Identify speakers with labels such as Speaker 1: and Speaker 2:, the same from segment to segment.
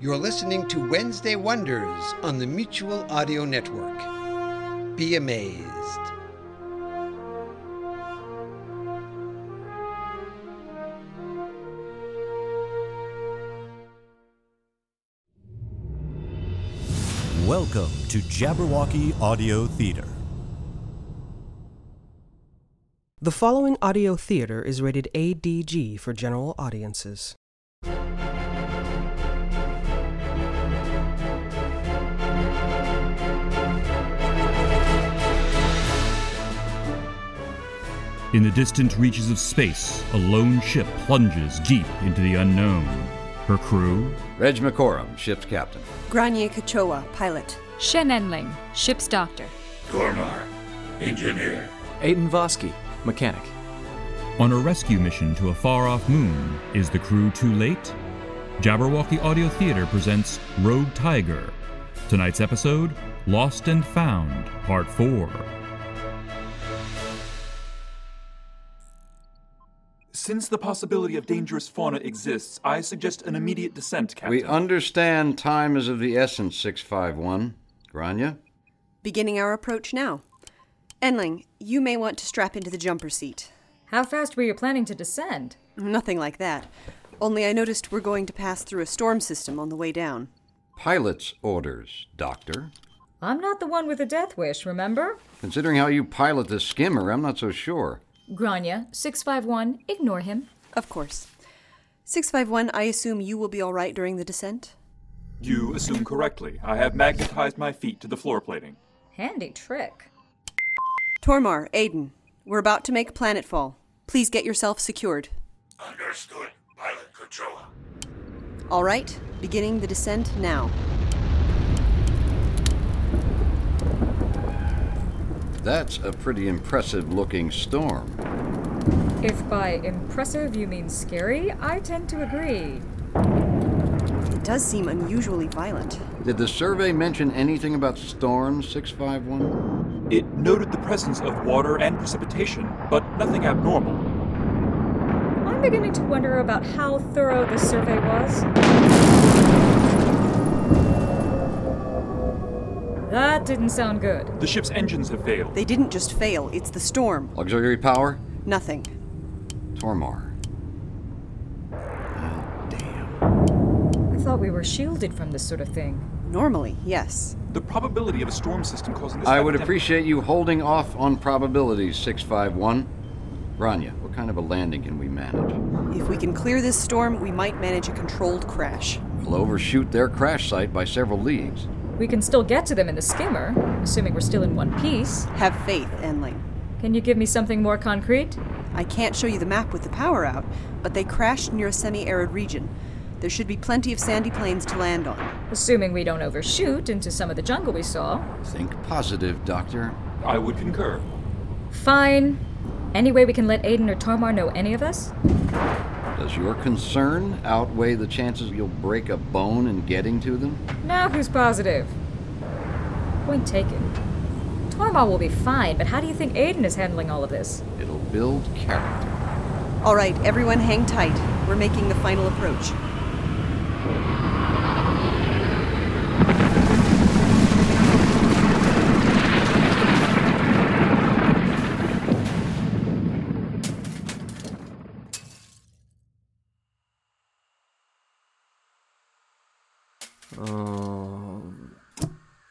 Speaker 1: You're listening to Wednesday Wonders on the Mutual Audio Network. Be amazed.
Speaker 2: Welcome to Jabberwocky Audio Theater.
Speaker 3: The following audio theater is rated ADG for general audiences.
Speaker 4: In the distant reaches of space, a lone ship plunges deep into the unknown. Her crew,
Speaker 5: Reg McCorum, ship's captain.
Speaker 6: Granier Kachowa, pilot.
Speaker 7: Shen Enling, ship's doctor.
Speaker 8: Gornar, engineer.
Speaker 9: Aiden Vosky, mechanic.
Speaker 4: on a rescue mission to a far off moon, is the crew too late? Jabberwocky Audio Theater presents Rogue Tiger. Tonight's episode Lost and Found, Part 4.
Speaker 10: Since the possibility of dangerous fauna exists, I suggest an immediate descent, Captain.
Speaker 5: We understand time is of the essence, 651. Grania?
Speaker 6: Beginning our approach now. Enling, you may want to strap into the jumper seat.
Speaker 7: How fast were you planning to descend?
Speaker 6: Nothing like that. Only I noticed we're going to pass through a storm system on the way down.
Speaker 5: Pilot's orders, Doctor.
Speaker 7: I'm not the one with a death wish, remember?
Speaker 5: Considering how you pilot the skimmer, I'm not so sure.
Speaker 7: Grania, 651, ignore him.
Speaker 6: Of course. 651, I assume you will be all right during the descent?
Speaker 10: You assume correctly. I have magnetized my feet to the floor plating.
Speaker 7: Handy trick.
Speaker 6: Tormar, Aiden, we're about to make planetfall. Please get yourself secured.
Speaker 8: Understood, Pilot Kachoa.
Speaker 6: All right, beginning the descent now.
Speaker 5: That's a pretty impressive looking storm.
Speaker 7: If by impressive you mean scary, I tend to agree.
Speaker 6: It does seem unusually violent.
Speaker 5: Did the survey mention anything about storms, 651?
Speaker 10: It noted the presence of water and precipitation, but nothing abnormal.
Speaker 7: I'm beginning to wonder about how thorough this survey was. That didn't sound good.
Speaker 10: The ship's engines have failed.
Speaker 6: They didn't just fail, it's the storm.
Speaker 5: Auxiliary power?
Speaker 6: Nothing.
Speaker 5: Tormar.
Speaker 7: I thought we were shielded from this sort of thing.
Speaker 6: Normally, yes.
Speaker 10: The probability of a storm system causing this
Speaker 5: I would
Speaker 10: epidemic-
Speaker 5: appreciate you holding off on probabilities, 651. Grania, what kind of a landing can we manage?
Speaker 6: If we can clear this storm, we might manage a controlled crash.
Speaker 5: We'll overshoot their crash site by several leagues.
Speaker 7: We can still get to them in the skimmer, assuming we're still in one piece.
Speaker 6: Have faith, Enling.
Speaker 7: Can you give me something more concrete?
Speaker 6: I can't show you the map with the power out, but they crashed near a semi arid region. There should be plenty of sandy plains to land on.
Speaker 7: Assuming we don't overshoot into some of the jungle we saw.
Speaker 5: Think positive, Doctor.
Speaker 10: I would concur.
Speaker 7: Fine. Any way we can let Aiden or Tormar know any of us?
Speaker 5: Does your concern outweigh the chances you'll break a bone in getting to them?
Speaker 7: Now who's positive? Point taken. Tormar will be fine, but how do you think Aiden is handling all of this?
Speaker 5: It'll build character.
Speaker 6: All right, everyone hang tight. We're making the final approach.
Speaker 9: Oh.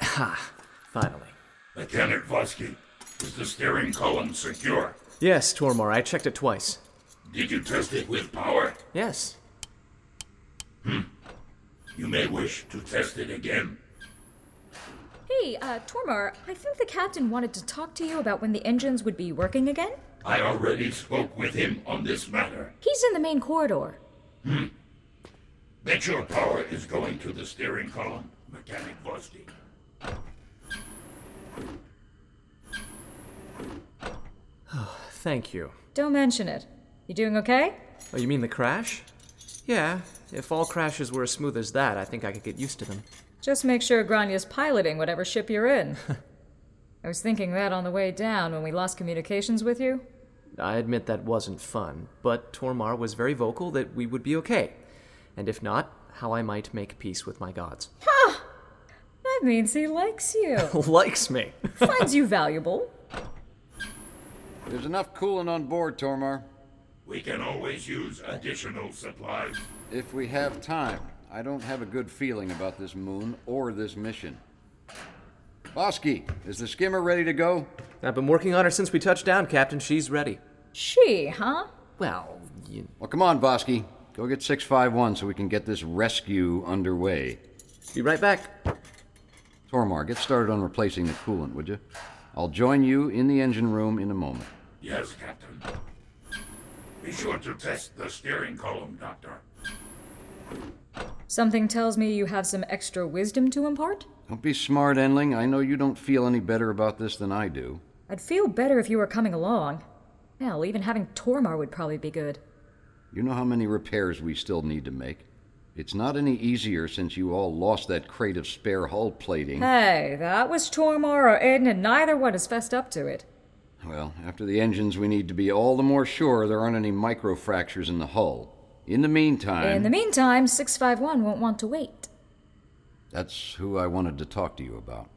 Speaker 9: Ha! Finally.
Speaker 8: Lieutenant Vosky, is the steering column secure?
Speaker 9: Yes, Tormar, I checked it twice.
Speaker 8: Did you test it with power?
Speaker 9: Yes.
Speaker 8: You may wish to test it again.
Speaker 7: Hey, uh, Tormar, I think the captain wanted to talk to you about when the engines would be working again.
Speaker 8: I already spoke with him on this matter.
Speaker 7: He's in the main corridor.
Speaker 8: That your power is going to the steering column, Mechanic Vosky.
Speaker 9: Thank you.
Speaker 7: Don't mention it. You doing okay?
Speaker 9: Oh, you mean the crash? Yeah. If all crashes were as smooth as that, I think I could get used to them.
Speaker 7: Just make sure Grania's piloting whatever ship you're in. I was thinking that on the way down when we lost communications with you.
Speaker 9: I admit that wasn't fun, but Tormar was very vocal that we would be okay. and if not, how I might make peace with my gods.
Speaker 7: Huh! That means he likes you.
Speaker 9: Likes me.
Speaker 7: Finds you valuable.
Speaker 5: There's enough coolant on board, Tormar.
Speaker 8: We can always use additional supplies.
Speaker 5: If we have time, I don't have a good feeling about this moon or this mission. Bosky, is the skimmer ready to go?
Speaker 9: I've been working on her since we touched down, Captain. She's ready.
Speaker 7: She, huh?
Speaker 9: Well, you...
Speaker 5: Well, come on, Bosky. Go get 651 so we can get this rescue underway.
Speaker 9: Be right back.
Speaker 5: Tormar, get started on replacing the coolant, would you? I'll join you in the engine room in a moment.
Speaker 8: Yes, Captain. Be sure to test the steering column, Doctor.
Speaker 7: Something tells me you have some extra wisdom to impart?
Speaker 5: Don't be smart, Enling. I know you don't feel any better about this than I do.
Speaker 7: I'd feel better if you were coming along. Hell, even having Tormar would probably be good.
Speaker 5: You know how many repairs we still need to make? It's not any easier since you all lost that crate of spare hull plating.
Speaker 7: Hey, that was Tormar or Aiden, and neither one has fessed up to it.
Speaker 5: Well, after the engines, we need to be all the more sure there aren't any microfractures in the hull. In the meantime,
Speaker 7: In the meantime, 651 won't want to wait.
Speaker 5: that's who I wanted to talk to you about.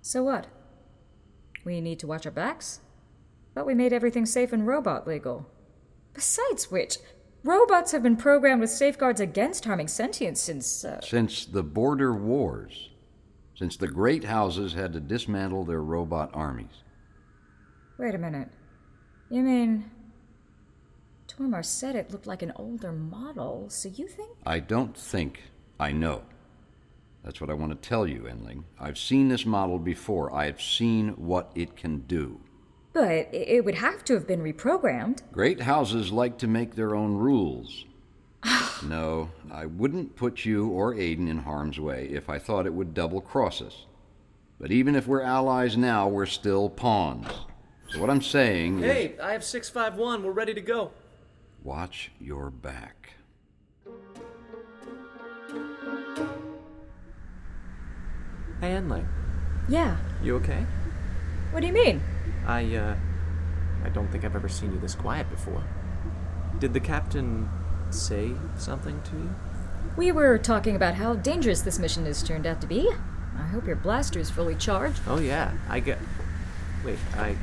Speaker 7: So what? We need to watch our backs? But we made everything safe and robot legal. Besides which, robots have been programmed with safeguards against harming sentience since. Uh,
Speaker 5: Since the border wars, since the great houses had to dismantle their robot armies.
Speaker 7: wait a minute. You mean. Tormar said it looked like an older model, so you think?
Speaker 5: I don't think I know. That's what I want to tell you, Enling. I've seen this model before. I've seen what it can do.
Speaker 7: But i- it would have to have been reprogrammed.
Speaker 5: Great houses like to make their own rules. no, I wouldn't put you or Aiden in harm's way if I thought it would double cross us. But even if we're allies now, we're still pawns. So what I'm
Speaker 9: Mm,
Speaker 5: saying is
Speaker 9: Hey, I have 651. We're ready to go.
Speaker 5: watch your back.
Speaker 9: Hey, Enling.
Speaker 7: Yeah.
Speaker 9: You okay?
Speaker 7: What do you mean?
Speaker 9: I, uh. I don't think I've ever seen you this quiet before. Did the captain say something to you?
Speaker 7: We were talking about how dangerous this mission has turned out to be. I hope your blaster is fully charged.
Speaker 9: Oh, yeah. I get. Wait, I.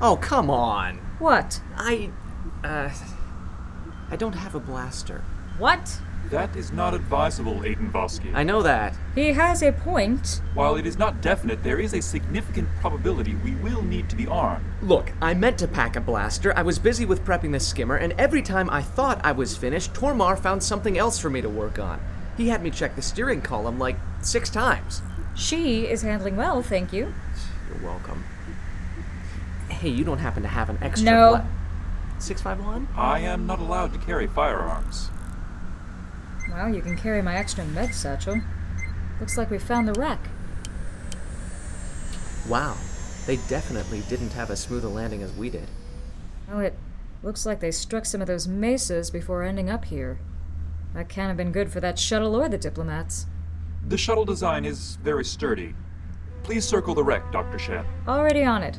Speaker 9: Oh, come on!
Speaker 7: What?
Speaker 9: I. Uh. I don't have a blaster.
Speaker 7: What?
Speaker 10: That is not advisable, Aiden Bosky.
Speaker 9: I know that.
Speaker 7: He has a point.
Speaker 10: While it is not definite, there is a significant probability we will need to be armed.
Speaker 9: Look, I meant to pack a blaster. I was busy with prepping this skimmer, and every time I thought I was finished, Tormar found something else for me to work on. He had me check the steering column like six times.
Speaker 7: She is handling well, thank you.
Speaker 9: You're welcome. Hey, you don't happen to have an extra
Speaker 7: No.
Speaker 9: bla- 651?
Speaker 10: I am not allowed to carry firearms.
Speaker 7: Well, you can carry my extra med satchel. Looks like we found the wreck.
Speaker 9: Wow. They definitely didn't have as smooth a landing as we did.
Speaker 7: Oh, it looks like they struck some of those mesas before ending up here. That can't have been good for that shuttle or the diplomats.
Speaker 10: The shuttle design is very sturdy. Please circle the wreck, Dr. Shen.
Speaker 7: Already on it.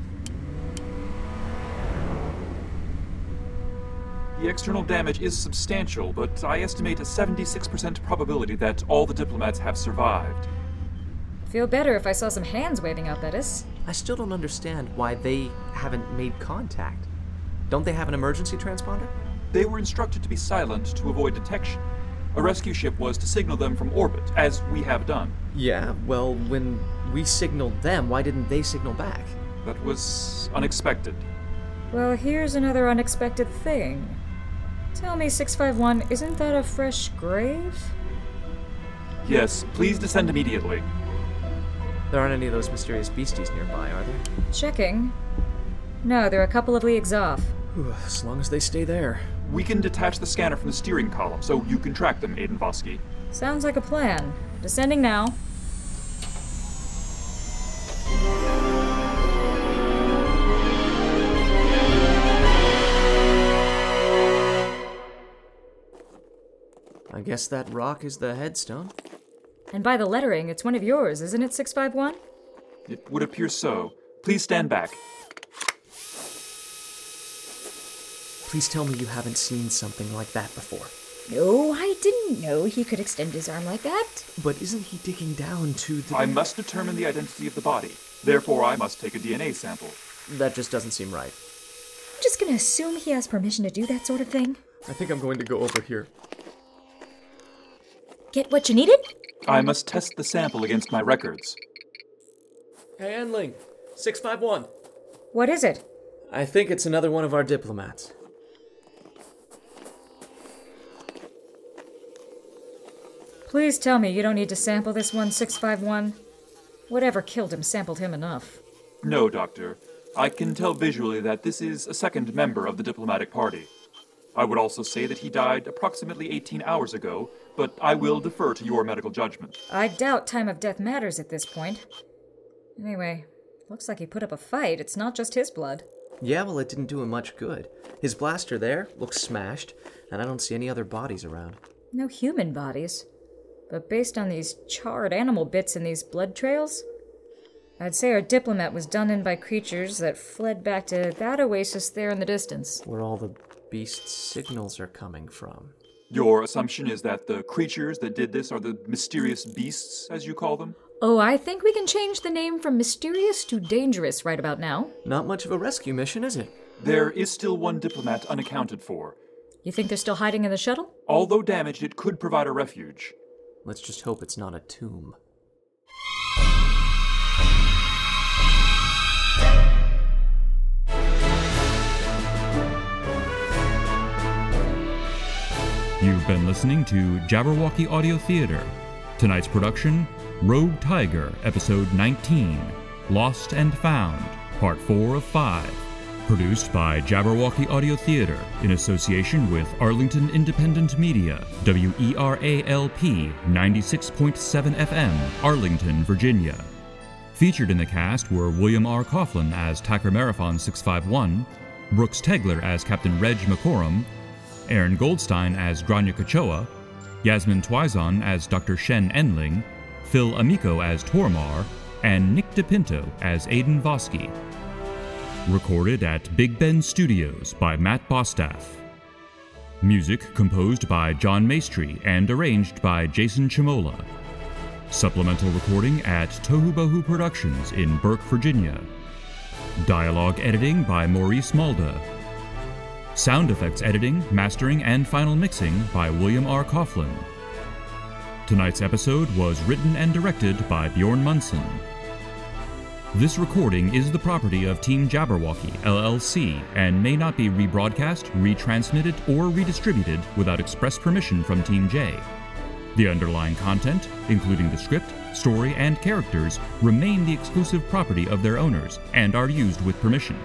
Speaker 10: The external damage is substantial, but I estimate a 76% probability that all the diplomats have survived.
Speaker 7: Feel better if I saw some hands waving up at us.
Speaker 9: I still don't understand why they haven't made contact. Don't they have an emergency transponder?
Speaker 10: They were instructed to be silent to avoid detection. A rescue ship was to signal them from orbit, as we have done.
Speaker 9: Yeah, well, when we signaled them, why didn't they signal back?
Speaker 10: That was unexpected.
Speaker 7: Well, here's another unexpected thing. Tell me, 651, isn't that a fresh grave?
Speaker 10: Yes, please descend immediately.
Speaker 9: There aren't any of those mysterious beasties nearby, are there?
Speaker 7: Checking. No, they're a couple of leagues off.
Speaker 9: Whew, as long as they stay there.
Speaker 10: We can detach the scanner from the steering column so you can track them, Aiden Vosky.
Speaker 7: Sounds like a plan. Descending now.
Speaker 9: I guess that rock is the headstone.
Speaker 7: And by the lettering, it's one of yours, isn't it, 651?
Speaker 10: It would appear so. Please stand back.
Speaker 9: Please tell me you haven't seen something like that before.
Speaker 7: No, I didn't know he could extend his arm like that.
Speaker 9: But isn't he digging down to the.
Speaker 10: I must determine the identity of the body. Therefore, I must take a DNA sample.
Speaker 9: That just doesn't seem right.
Speaker 7: I'm just gonna assume he has permission to do that sort of thing.
Speaker 9: I think I'm going to go over here.
Speaker 7: Get what you needed?
Speaker 10: I must test the sample against my records.
Speaker 9: Handling! 651.
Speaker 7: What is it?
Speaker 9: I think it's another one of our diplomats.
Speaker 7: Please tell me you don't need to sample this one, 651. Whatever killed him sampled him enough.
Speaker 10: No, Doctor. I can tell visually that this is a second member of the diplomatic party. I would also say that he died approximately 18 hours ago, but I will defer to your medical judgment.
Speaker 7: I doubt time of death matters at this point. Anyway, looks like he put up a fight. It's not just his blood.
Speaker 9: Yeah, well, it didn't do him much good. His blaster there looks smashed, and I don't see any other bodies around.
Speaker 7: No human bodies. But based on these charred animal bits and these blood trails, I'd say our diplomat was done in by creatures that fled back to that oasis there in the distance.
Speaker 9: Where all the beast's signals are coming from.
Speaker 10: Your assumption is that the creatures that did this are the mysterious beasts, as you call them?
Speaker 7: Oh, I think we can change the name from mysterious to dangerous right about now.
Speaker 9: Not much of a rescue mission, is it?
Speaker 10: There is still one diplomat unaccounted for.
Speaker 7: You think they're still hiding in the shuttle?
Speaker 10: Although damaged, it could provide a refuge.
Speaker 9: Let's just hope it's not a tomb.
Speaker 4: You've been listening to Jabberwocky Audio Theater. Tonight's production Rogue Tiger, Episode 19 Lost and Found, Part 4 of 5. Produced by Jabberwocky Audio Theater in association with Arlington Independent Media, E WERALP 96.7 FM, Arlington, Virginia. Featured in the cast were William R. Coughlin as Tacker Marathon 651, Brooks Tegler as Captain Reg McCorum, Aaron Goldstein as Grania Kachoa, Yasmin Twizon as Dr. Shen Enling, Phil Amico as Tormar, and Nick DePinto as Aidan Vosky. Recorded at Big Ben Studios by Matt Bostaff. Music composed by John Maestri and arranged by Jason Chimola. Supplemental recording at Tohubohu Productions in Burke, Virginia. Dialogue editing by Maurice Malda. Sound effects editing, mastering, and final mixing by William R. Coughlin. Tonight's episode was written and directed by Bjorn Munson. This recording is the property of Team Jabberwocky, LLC, and may not be rebroadcast, retransmitted, or redistributed without express permission from Team J. The underlying content, including the script, story, and characters, remain the exclusive property of their owners and are used with permission.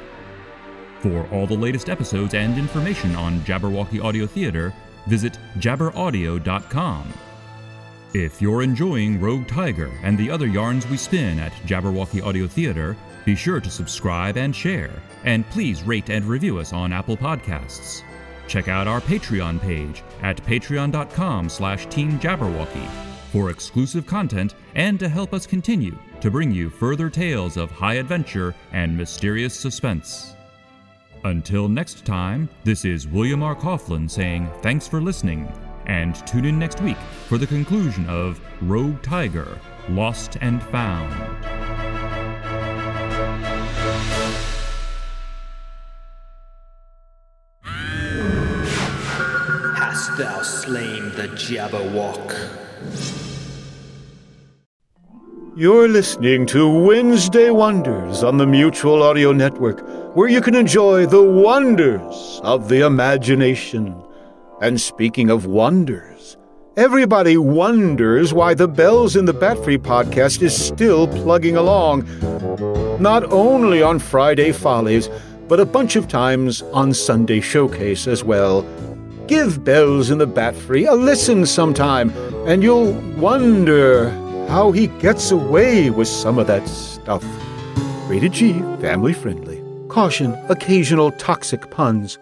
Speaker 4: For all the latest episodes and information on Jabberwocky Audio Theater, visit jabberaudio.com. If you're enjoying Rogue Tiger and the other yarns we spin at Jabberwocky Audio Theater, be sure to subscribe and share, and please rate and review us on Apple Podcasts. Check out our Patreon page at patreon.com slash teamjabberwocky for exclusive content and to help us continue to bring you further tales of high adventure and mysterious suspense. Until next time, this is William R. Coughlin saying thanks for listening, and tune in next week for the conclusion of Rogue Tiger Lost and Found.
Speaker 11: Hast thou slain the Jabberwock?
Speaker 12: You're listening to Wednesday Wonders on the Mutual Audio Network, where you can enjoy the wonders of the imagination. And speaking of wonders, everybody wonders why the Bells in the Bat Free podcast is still plugging along, not only on Friday Follies, but a bunch of times on Sunday Showcase as well. Give Bells in the Bat Free a listen sometime, and you'll wonder how he gets away with some of that stuff. Rated G, family friendly. Caution, occasional toxic puns.